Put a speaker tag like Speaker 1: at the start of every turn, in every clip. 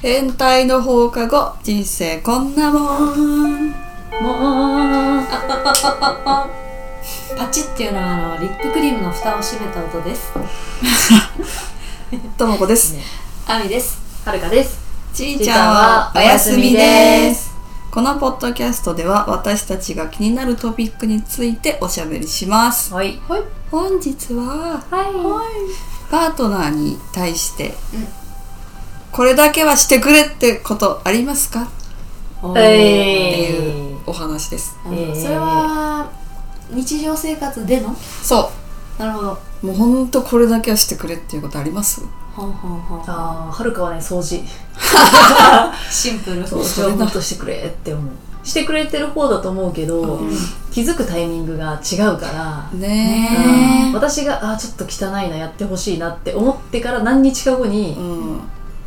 Speaker 1: 変態の放課後人生こんなもん
Speaker 2: もうパチっていうのはあのリップクリームの蓋を閉めた音です。
Speaker 1: ともこです
Speaker 2: あみです。はるかです。
Speaker 1: ちいちゃんはおやすみですこのポッドキャストでは私たちが気になるトピックについておしゃべりします
Speaker 2: はい。はい。
Speaker 1: 本日は
Speaker 2: は
Speaker 1: パートナーに対して、
Speaker 2: うん
Speaker 1: これだけはしてくれってことありますか
Speaker 2: い。
Speaker 1: って
Speaker 2: え
Speaker 1: いうお話です
Speaker 2: そ
Speaker 3: えー
Speaker 2: れは日常生活での
Speaker 1: そ
Speaker 2: なるほど。
Speaker 1: うもうほんとこれだけはしてくれっていうことあります
Speaker 2: ほんほんほん。
Speaker 3: ああ、はるかはね、掃除。
Speaker 2: シンプル。
Speaker 3: そう、
Speaker 1: そ
Speaker 3: 情
Speaker 1: れだ
Speaker 3: 報としてくれって思う。してくれてる方だと思うけど、気づくタイミングが違うから、
Speaker 1: ね
Speaker 3: うん私が、ああ、ちょっと汚いな、やってほしいなって思ってから何日か後に、
Speaker 1: えうん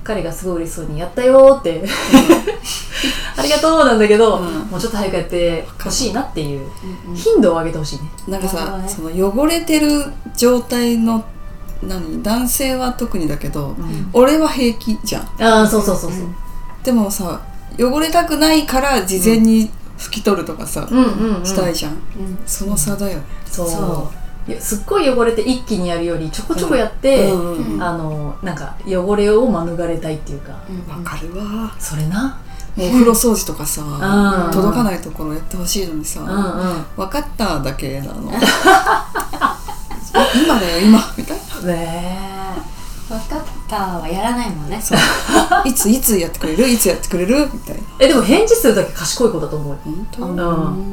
Speaker 3: 彼がすごい嬉しそうに、やったよーって、 ありがとうなんだけど、
Speaker 1: うん
Speaker 3: もうちょっと早くやってほしいなっていう、
Speaker 2: うんうん
Speaker 3: 頻度を上げてほしいね。
Speaker 1: なんか
Speaker 2: なるほ
Speaker 1: さ、
Speaker 2: どね
Speaker 1: その汚れてる状態の何男性は特にだけど、
Speaker 2: ん
Speaker 1: 俺は平気じゃん
Speaker 3: ああ、そうそうそうそう。
Speaker 1: でもさ汚れたくないから事前に拭き取るとかさ、
Speaker 3: うんうん、うん
Speaker 1: したいじゃん、
Speaker 2: うん
Speaker 1: その差だよね、
Speaker 3: そう
Speaker 2: そ
Speaker 3: いやすっごい汚れて一気にやるより、ちょこちょこやって、
Speaker 1: うんうん
Speaker 2: うん
Speaker 3: あのなんか汚れを免れたいっていうか
Speaker 2: うん
Speaker 1: わかるわ
Speaker 3: それな
Speaker 1: もうお風呂掃除とかさ
Speaker 3: あ
Speaker 1: 届か
Speaker 3: い
Speaker 1: ないところやってほしいのにさ、
Speaker 3: うんうん
Speaker 1: 分かっただけなの今だよ今みたい
Speaker 3: ね
Speaker 2: わかったはやらないもんね。
Speaker 1: ないついつやってくれるいつやってくれるみたいな
Speaker 3: ええでも返事するだけ賢い子だと思うよ
Speaker 1: 本当、
Speaker 2: う
Speaker 3: う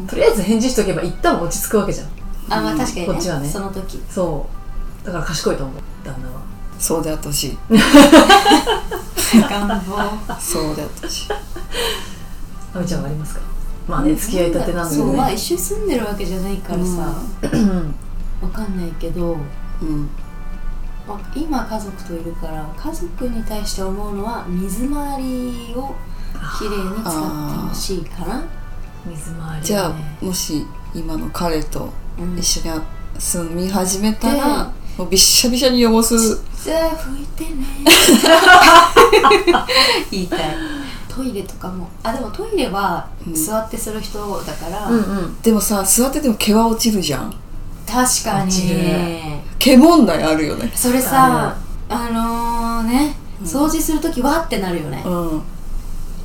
Speaker 3: んん、とりあえず返事しとけば一旦落ち着くわけじゃん
Speaker 2: あまあ確かにね。
Speaker 3: こっちはね
Speaker 2: その 時。
Speaker 3: そうだから賢いと思う旦那は
Speaker 1: そうであってほしい
Speaker 2: 願望。
Speaker 1: そうであってほしい
Speaker 3: あみちゃんはありますかまあね付き合いたてなんで
Speaker 2: そうまあ
Speaker 3: ね
Speaker 2: 一緒に住んでるわけじゃないからさ、
Speaker 3: うん
Speaker 2: わかんないけど、
Speaker 1: うん
Speaker 2: まあ、今家族といるから家族に対して思うのは水回りをきれいに使ってほしいかな、
Speaker 3: 水回り、ね、
Speaker 1: じゃあもし今の彼と
Speaker 2: うん、
Speaker 1: 一緒に住み始めた
Speaker 2: う
Speaker 1: らもうびっしゃびしゃに汚す
Speaker 2: じゃあ拭いてね 言いたいトイレとかもあでもトイレは
Speaker 1: うん
Speaker 2: 座ってする人だから、
Speaker 3: うんうん
Speaker 1: でもさ座ってても毛は落ちるじゃん
Speaker 2: 確かに
Speaker 3: 落ちる
Speaker 1: 毛問題あるよね
Speaker 2: それさあのー、ね
Speaker 1: うん
Speaker 2: 掃除するときわってなるよね、
Speaker 1: うん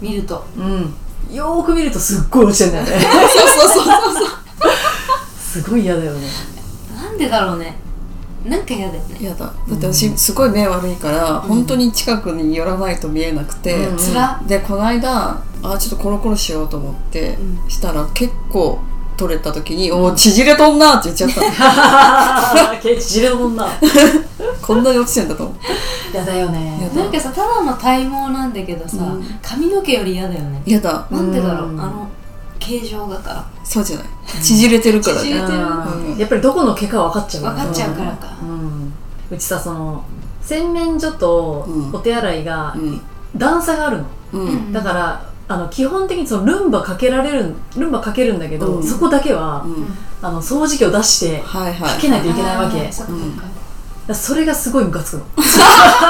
Speaker 2: 見ると
Speaker 3: うんよーく見るとすっごい落ちてんだよね
Speaker 1: そうそうそうそうそう
Speaker 3: すごい嫌だよね
Speaker 2: なんでだろうねなんか嫌だよね
Speaker 1: やだだって私すごい目悪いから、本当に近くに寄らないと見えなくて、
Speaker 3: うん
Speaker 2: つら
Speaker 1: でこの間あちょっとコロコロしようと思って、
Speaker 2: う
Speaker 1: したら結構取れた時に「おお縮れとんな」って言っちゃった
Speaker 3: ケチれるもんな
Speaker 1: こんなに落ちてんだと思って
Speaker 3: 嫌だよね
Speaker 1: 嫌だ
Speaker 2: なんかさただの体毛なんだけどさ、
Speaker 1: うん
Speaker 2: 髪の毛より嫌だよね
Speaker 1: やだ
Speaker 2: なんでだろう、
Speaker 3: うん
Speaker 2: あの形状がか
Speaker 1: そうじゃない縮れてるから
Speaker 2: 縮れ
Speaker 1: ね
Speaker 2: てる
Speaker 3: うんやっぱりどこの毛か分かっちゃう
Speaker 2: 分かっちゃうからか、
Speaker 3: うんうちさその洗面所と
Speaker 1: うん
Speaker 3: お手洗いが
Speaker 1: うん
Speaker 3: 段差があるの、
Speaker 1: うん、
Speaker 2: うん
Speaker 3: だからあの基本的にそのルンバかけられるルンバかけるんだけど、
Speaker 1: うん
Speaker 3: そこだけは、
Speaker 1: うん
Speaker 3: あの掃除機を出して
Speaker 1: はいは
Speaker 3: か
Speaker 1: い
Speaker 3: けないといけないわけ、だ
Speaker 2: あーそっかそっか
Speaker 3: からそれがすごいムカつくのだから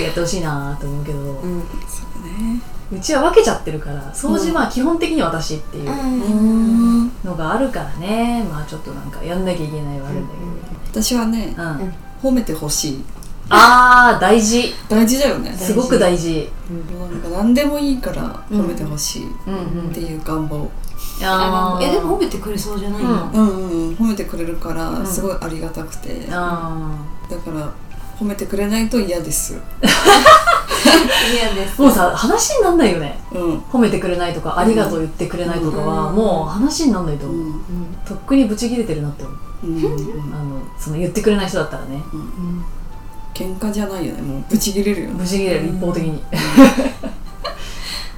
Speaker 3: やってほしいなと思うけど、う
Speaker 2: うん
Speaker 1: そうね
Speaker 3: ちは分けちゃってるから掃除まあ基本的には私っていう
Speaker 1: うん
Speaker 3: のがあるからね、まあちょっとなんかやんなきゃいけないはあるんだけど、
Speaker 1: 私はね
Speaker 3: うん
Speaker 2: うん
Speaker 1: 褒めてほしい
Speaker 3: あー大事
Speaker 1: 大事だよね
Speaker 2: 大事
Speaker 3: すごく大事
Speaker 1: なんか何でもいいから
Speaker 3: うん
Speaker 1: 褒めてほしいっ
Speaker 3: うんうん
Speaker 1: ていう願望
Speaker 2: あのえでも
Speaker 3: 褒
Speaker 2: 褒めてくれそうじゃないの、
Speaker 3: うん
Speaker 1: うんうん、うん、褒めてくれるか
Speaker 3: う
Speaker 1: ら
Speaker 3: ん
Speaker 1: すごいありがたくて、だか
Speaker 3: あ
Speaker 1: ら褒めてくれないと嫌です
Speaker 2: 嫌です
Speaker 3: ーもうさ話になんないよね
Speaker 1: うん
Speaker 3: 褒めてくれないとか、ありがとう言ってくれないとかは、
Speaker 2: うん
Speaker 3: もう話になんないと
Speaker 1: う
Speaker 3: 思う、
Speaker 1: ん
Speaker 2: うん
Speaker 3: とっくにブチ切れてるなって思う
Speaker 1: うんうん
Speaker 3: あのその言ってくれない人だったらね
Speaker 2: うん
Speaker 1: 喧嘩じゃないよねもうブチ切れるよね
Speaker 3: ブチ切れる一方的 に、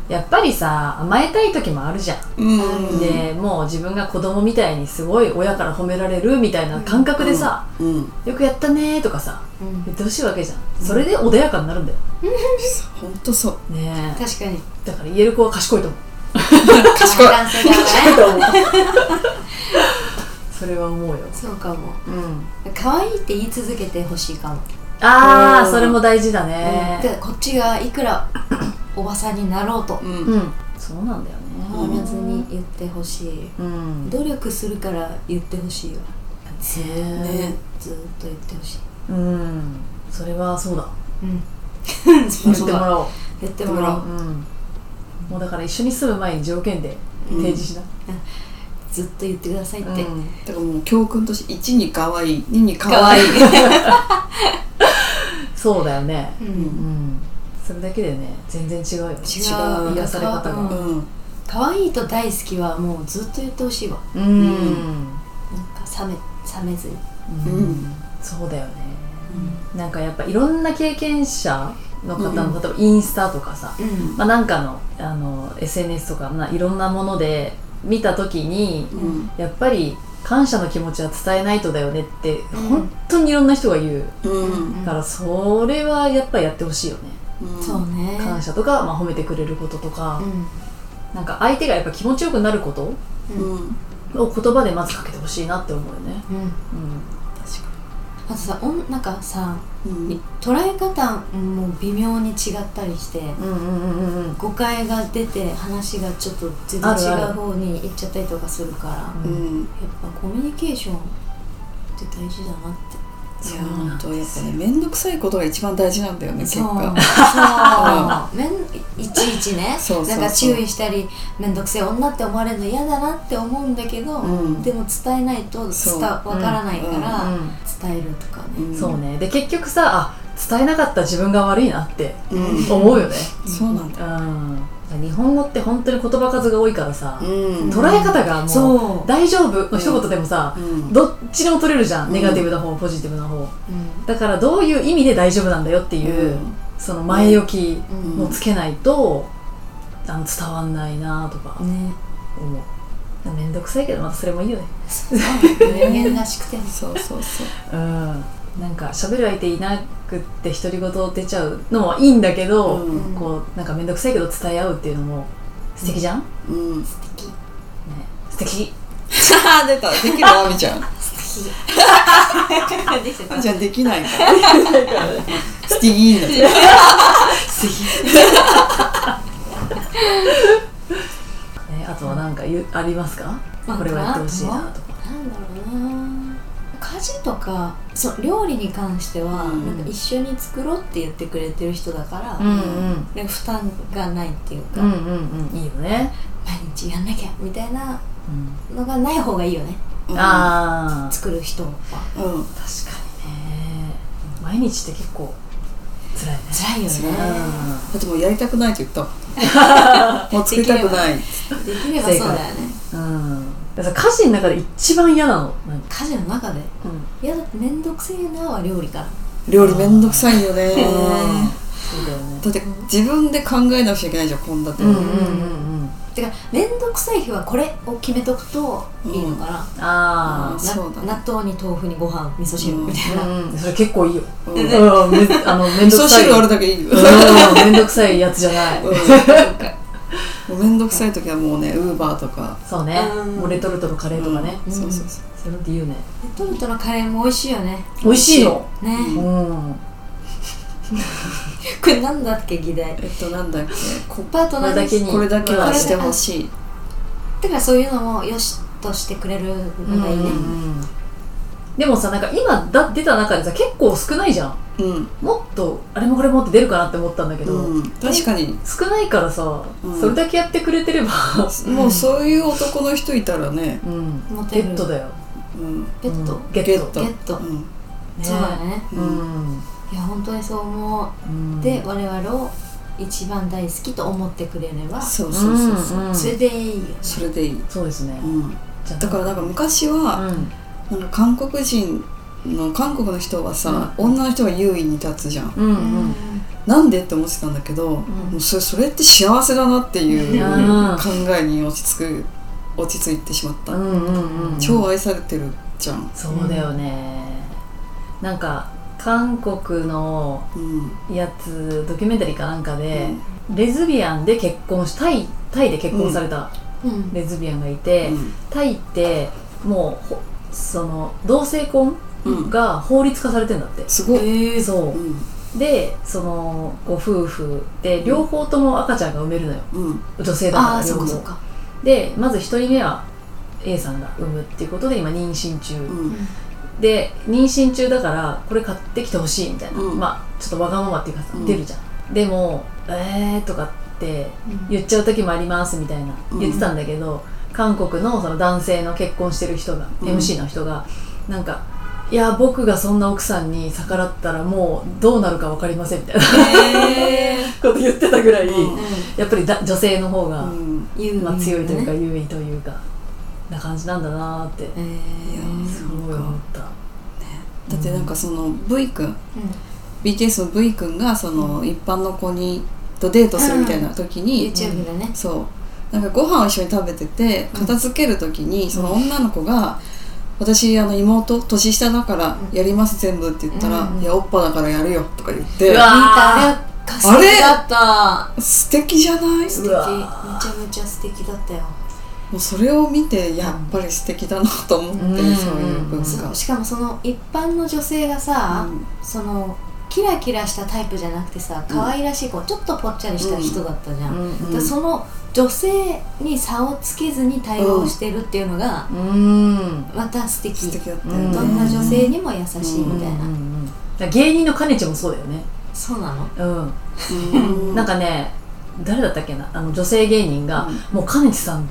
Speaker 3: やっぱりさ甘えたい時もあるじゃん、
Speaker 1: うん
Speaker 3: でもう自分が子供みたいにすごい親から褒められるみたいな感覚でさ、
Speaker 1: うん
Speaker 3: よくやったねーとかさ
Speaker 2: うん
Speaker 3: 言ってほしいわけじゃんそれで穏やかになるんだよ
Speaker 1: ほんとそう
Speaker 3: ねえ
Speaker 2: 確かに
Speaker 3: だから言える子は賢いと思う
Speaker 1: 賢い
Speaker 2: 男性側がね
Speaker 3: と思うそれは思うよ
Speaker 2: そうかも
Speaker 3: うん
Speaker 2: 可愛いって言い続けてほしいかも
Speaker 3: あ
Speaker 1: う
Speaker 3: あ
Speaker 1: ん
Speaker 3: それも大事だ
Speaker 2: うん
Speaker 3: ね
Speaker 2: でこっちがいくらおばさんになろうと
Speaker 1: うん
Speaker 3: うん、そうなんだよね
Speaker 2: 言わずに言ってほしい
Speaker 3: うん
Speaker 2: 努力するから言ってほしいわずー
Speaker 1: ね
Speaker 2: ずーっと言ってほしい
Speaker 3: うんそれはそうだ
Speaker 2: うん
Speaker 1: う
Speaker 3: 言
Speaker 1: ん
Speaker 3: ってもらおう
Speaker 2: 言ってもらおう
Speaker 3: うんもうだから一緒に住む前に条件で提示しな、
Speaker 2: ずっと言ってくださいって、
Speaker 3: うん
Speaker 1: だからもう教訓として1に可愛い2に可愛い
Speaker 3: そうだよね
Speaker 2: う
Speaker 1: うん
Speaker 2: ん
Speaker 3: うんそれだけでね全然違うよね
Speaker 2: 違
Speaker 1: 違
Speaker 2: う
Speaker 1: う
Speaker 3: 癒され方
Speaker 2: う
Speaker 3: が
Speaker 2: ん
Speaker 1: うん
Speaker 2: 可愛いと大好きはもうずっと言ってほしいわ
Speaker 3: うん、
Speaker 2: なんか冷め冷めずに
Speaker 1: うん
Speaker 3: そうだよねなんかやっぱいろんな経験者の方の、例えばインスタとかさ、
Speaker 2: うん
Speaker 3: まあ、なんかのあの SNS とかないろんなもので見た時に
Speaker 1: うん
Speaker 3: やっぱり感謝の気持ちは伝えないとだよねって本当にいろんな人が言う、
Speaker 1: うん
Speaker 3: だからそれはやっぱやってほしいよね
Speaker 1: うん
Speaker 2: そうね
Speaker 3: 感謝とか、まあ、褒めてくれることとか、
Speaker 2: う
Speaker 3: なんか相手がやっぱ気持ちよくなることを
Speaker 1: うん
Speaker 3: 言葉でまずかけてほしいなって思うよね、
Speaker 2: んうん
Speaker 3: うん、
Speaker 1: 確か
Speaker 2: あとさおんなんかさ
Speaker 1: にうん
Speaker 2: 捉え方も微妙に違ったりして
Speaker 3: うんうんうんうんうん
Speaker 2: 誤解が出て話がちょっと全然
Speaker 3: あるあ
Speaker 2: 違
Speaker 3: る
Speaker 2: う方に行っちゃったりとかするからや
Speaker 1: うん
Speaker 2: っぱコミュニケーションって大事だなって
Speaker 1: いや
Speaker 3: そうなん
Speaker 1: 本当やっぱね面倒くさいことが一番大事なんだよね結
Speaker 2: そう
Speaker 1: 果
Speaker 2: そうめんいちいちね
Speaker 1: そうそうそう
Speaker 2: なんか注意したり面倒くせえ女って思われるの嫌だなって思うんだけど、
Speaker 1: うん
Speaker 2: でも伝えないと
Speaker 1: そう
Speaker 2: 伝わからないから、
Speaker 3: うん
Speaker 2: 伝えるとか
Speaker 1: ん
Speaker 2: ね、
Speaker 3: そうねで結局さあ伝えなかった自分が悪いなって
Speaker 1: うん
Speaker 3: 思うよね、
Speaker 1: そうなんだ
Speaker 3: うん、日本語って本当に言葉数が多いからさ、
Speaker 1: うん
Speaker 3: 捉え方がもう
Speaker 2: そう、
Speaker 3: 「大丈夫」の一言でもさ、
Speaker 1: うん
Speaker 3: どっちでも取れるじゃん、ネガティブな方ポジティブな方だからどういう意味で大丈夫なんだよっていう、
Speaker 1: うん
Speaker 3: その前置き
Speaker 2: うん
Speaker 1: うん
Speaker 3: もつけないと、あの伝わんないなとか
Speaker 2: ね
Speaker 3: 思うめんどくさいけどまあそれもいいよね
Speaker 2: そう人間らしくてね
Speaker 1: そうそうそう
Speaker 3: うんなんか喋る相手いなくって独り言出ちゃうのもいいんだけど、
Speaker 1: うん
Speaker 3: こうなんかめんどくさいけど伝え合うっていうのも素敵じゃん、ね
Speaker 1: うん
Speaker 3: 素敵
Speaker 1: 出たできるあみちゃんあ
Speaker 2: できてた
Speaker 1: みちゃんできないから スティギーンだって
Speaker 3: 素 敵ね、あとはなんかゆありますか
Speaker 2: なんか
Speaker 3: これはやってほしいなと
Speaker 2: な
Speaker 3: か
Speaker 2: んだろうな家事とかそう料理に関しては、
Speaker 1: うん
Speaker 2: なんか一緒に作ろうって言ってくれてる人だから、
Speaker 3: うん
Speaker 2: なんか負担がないっていうか、
Speaker 3: うんうんうんいいよね、
Speaker 2: 毎日やんなきゃみたいな
Speaker 3: うん
Speaker 2: のがない方がいいよね
Speaker 3: ああ
Speaker 2: 作る人は
Speaker 1: うん
Speaker 3: 確かにね毎日って結構辛いね
Speaker 2: 辛いよ
Speaker 1: 辛
Speaker 2: ね
Speaker 1: だってもうやりたくないって言ったもんもう作りたくない
Speaker 2: できればそうだよね
Speaker 3: うん、うん、だから家事の中で一番嫌なのなんか
Speaker 2: 家事の中でいやだって面倒くせえなは料理から
Speaker 1: 料理めんどくさいよね
Speaker 3: そうだよね
Speaker 1: だって自分で考えなくちゃいけないじゃん献立
Speaker 3: うんう
Speaker 1: を
Speaker 3: んうんうん
Speaker 2: てか面倒くさい日はこれを決めとくといいのかな、
Speaker 3: あ
Speaker 1: ん
Speaker 3: あ
Speaker 2: な
Speaker 1: そうだね
Speaker 2: 納豆に豆腐にご飯味噌汁みたいな、
Speaker 3: うん、それ結構いいよ。
Speaker 1: う
Speaker 3: うんん、めあの、めん
Speaker 1: 味
Speaker 3: どく
Speaker 1: 噌
Speaker 3: さい。
Speaker 1: 汁あるだけいいよ
Speaker 3: うん、めんどくさいやつじゃない。
Speaker 1: もうめんどくさい時はもうねウーバーとか
Speaker 3: そうね
Speaker 2: うん。
Speaker 3: もうレトルトのカレーとかね。
Speaker 1: うんそうそうそ
Speaker 3: そういうのって言うね。
Speaker 2: レトルトのカレーも美味しいよね
Speaker 3: 美味しいの。
Speaker 2: ね、
Speaker 1: う
Speaker 3: うん。
Speaker 2: これなんだっけ議題
Speaker 1: うえっとなんだっけこ
Speaker 2: パートナーです
Speaker 3: これだけ
Speaker 1: これ
Speaker 3: に
Speaker 1: だけはしてほしい
Speaker 2: だからそういうのもよしとしてくれるのがいいね、
Speaker 3: うんでもさ、なんか今だ出た中でさ、結構少ないじゃん。
Speaker 1: うん
Speaker 3: もっと、あれもこれもって出るかなって思ったんだけど、
Speaker 1: うん確かに
Speaker 3: 少ないからさ、
Speaker 1: うん
Speaker 3: それだけやってくれてれば、
Speaker 1: もうそういう男の人いたらね
Speaker 3: うん。
Speaker 2: モテ
Speaker 3: ゲ
Speaker 2: る
Speaker 3: ットだよ。
Speaker 1: うん
Speaker 2: ペット、
Speaker 3: うんゲ
Speaker 1: ゲ
Speaker 3: ッ
Speaker 1: ッ
Speaker 3: ト。
Speaker 1: ト
Speaker 2: ゲット
Speaker 1: うん
Speaker 3: ね
Speaker 2: そうだね
Speaker 3: うん。
Speaker 2: いや本当にそう思
Speaker 3: うん
Speaker 2: うで、我々を一番大好きと思ってくれれば、
Speaker 1: そうそうそうそう
Speaker 3: うんうん
Speaker 2: それでいいよ
Speaker 1: それでいい、
Speaker 3: そうですね
Speaker 1: う。ん、
Speaker 3: じゃあ
Speaker 1: だからなんか昔は、
Speaker 3: うん。
Speaker 1: なんか韓国人の韓国の人はさ、女の人が優位に立つじゃん
Speaker 3: うんうん。
Speaker 1: なんでって思ってたんだけど、もうそれそれって幸せだなっていう
Speaker 3: うん
Speaker 1: 考えに落ち着く落ち着いてしまった、
Speaker 3: うんうんうん、
Speaker 1: 超愛されてるじゃん、
Speaker 3: そうだよね、なんか韓国の
Speaker 1: うん
Speaker 3: やつドキュメンタリーかなんかで、レズビアンで結婚しタイタイで結婚された
Speaker 2: うん
Speaker 3: レズビアンがいて、
Speaker 1: うん
Speaker 3: タイってもうほその同性婚
Speaker 1: うん
Speaker 3: が法律化されてんだって、
Speaker 1: すごい、
Speaker 2: えう
Speaker 3: そううんでそのご夫婦で両方とも赤ちゃんが産めるのよ
Speaker 1: うん
Speaker 3: 女性だ
Speaker 2: ああ
Speaker 3: から
Speaker 2: そ
Speaker 3: 両
Speaker 2: っかそっ
Speaker 3: 方
Speaker 2: か
Speaker 3: でまず1人目は A さんが産むっていうことで今妊娠中、
Speaker 1: うん
Speaker 3: で妊娠中だからこれ買ってきてほしいみたいな、
Speaker 1: うん
Speaker 3: まあちょっとわがままっていうかさ
Speaker 1: うん
Speaker 3: 出るじゃん、でも「えー」とかって言っちゃう時もありますみたいな
Speaker 1: うん
Speaker 3: 言ってたんだけど、韓国のその男性の結婚してる人が、
Speaker 1: うん
Speaker 3: MC の人がなんか「いや僕がそんな奥さんに逆らったらもうどうなるか分かりません」みたいな
Speaker 1: へー
Speaker 3: こと言ってたぐらい、
Speaker 1: うん
Speaker 2: う
Speaker 3: やっぱりだ女性の方が、
Speaker 1: うん
Speaker 2: ん言う
Speaker 3: まあ、強いというか
Speaker 2: ね
Speaker 3: 優位というかな感じなんだなーって
Speaker 2: えー
Speaker 3: すごい思った。
Speaker 1: だってなんかその V 君
Speaker 2: うん
Speaker 1: BTS の V 君がその一般の子にとデートするみたいな時に、
Speaker 2: YouTube でね
Speaker 1: そうなんかご飯を一緒に食べてて
Speaker 2: うん
Speaker 1: 片付ける時にその女の子が「私あの妹年下だから
Speaker 2: うん
Speaker 1: やります全部」って言ったら
Speaker 2: う
Speaker 1: 「
Speaker 2: んうん
Speaker 1: いやおっぱだからやるよ」とか言って
Speaker 3: う
Speaker 2: 見
Speaker 3: わ
Speaker 2: たあれは
Speaker 1: あれ
Speaker 2: だった
Speaker 1: 素敵じゃない
Speaker 2: 素敵
Speaker 3: う
Speaker 2: めち
Speaker 3: わ
Speaker 2: ゃめちゃ素敵だったよ
Speaker 1: もうそれを見てやっぱり素敵だなと思って、
Speaker 3: うん
Speaker 1: そういう文
Speaker 3: そ
Speaker 1: 化
Speaker 2: しかもその一般の女性がさ、そのキラキラしたタイプじゃなくてさ
Speaker 1: うん
Speaker 2: 可愛らしい子、ちょっとぽっちゃりした人だったじゃん、
Speaker 1: うん
Speaker 2: でその女性に差をつけずに対応してるっていうのが
Speaker 3: うん
Speaker 2: また素敵
Speaker 1: 素敵だったよ
Speaker 3: うん
Speaker 2: どんな女性にも優しいみたいな、
Speaker 3: うんうんうんだから芸人のかねちもそうだよね
Speaker 2: そうなの
Speaker 3: うん、
Speaker 1: うん
Speaker 3: なんかね誰だったっけなあの女性芸人が、もうかねちさん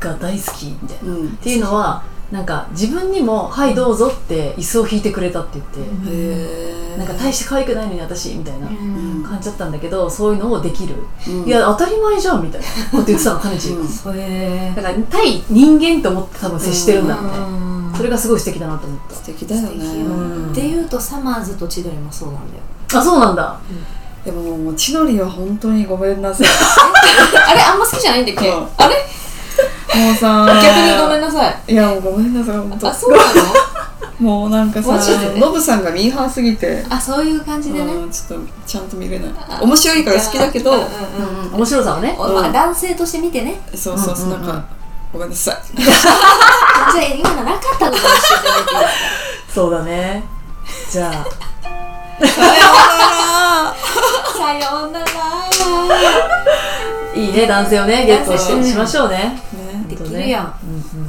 Speaker 3: が大好きみたいな、っ
Speaker 1: うん
Speaker 3: ていうのはなんか自分にも「はいどうぞ」って椅子を引いてくれたって言って、
Speaker 2: うん
Speaker 1: へー
Speaker 3: なんか大して可愛くないのに私みたいな
Speaker 1: うん
Speaker 3: 感じだったんだけどそういうのをできる、
Speaker 1: うん
Speaker 3: いや当たり前じゃんみたいなこと言ってたのかねち、
Speaker 1: うん
Speaker 2: へえ
Speaker 3: だから対人間と思って多分接してるんだみたいな、そ
Speaker 2: そ
Speaker 3: れがすごい素敵だなと思っ
Speaker 1: 素敵だよね
Speaker 2: 素敵よ
Speaker 3: うん
Speaker 2: っていうとサマーズと千鳥もそうなんだよ
Speaker 3: たあそうなんだ
Speaker 1: でももう千鳥は本当にごめんなさい
Speaker 2: あれあんま好きじゃないんだっけ
Speaker 1: そう
Speaker 2: あれ
Speaker 1: もうさ
Speaker 2: 逆にごめんなさい
Speaker 1: いやもうごめんなさい本
Speaker 2: あ
Speaker 1: 当
Speaker 2: そうなの
Speaker 1: もうなんかさ
Speaker 2: マジで
Speaker 1: ノブさんがミーハーすぎて
Speaker 2: あそういう感じでね
Speaker 1: うんちょっとちゃんと見れない面白いから好きだけど
Speaker 2: うんうんうん
Speaker 3: 面白さはね
Speaker 2: おまあ男性として見てね
Speaker 1: そうそうそう
Speaker 3: うん
Speaker 1: な
Speaker 3: うんんうん
Speaker 1: かごめんなさい
Speaker 2: じゃあ今のなかったことにしていただいて
Speaker 3: そうだねじゃあ
Speaker 2: さようなら
Speaker 3: いいね、男性をね、ゲットして
Speaker 1: うん
Speaker 3: しましょうね。
Speaker 1: ね
Speaker 2: できるやん
Speaker 3: うんうん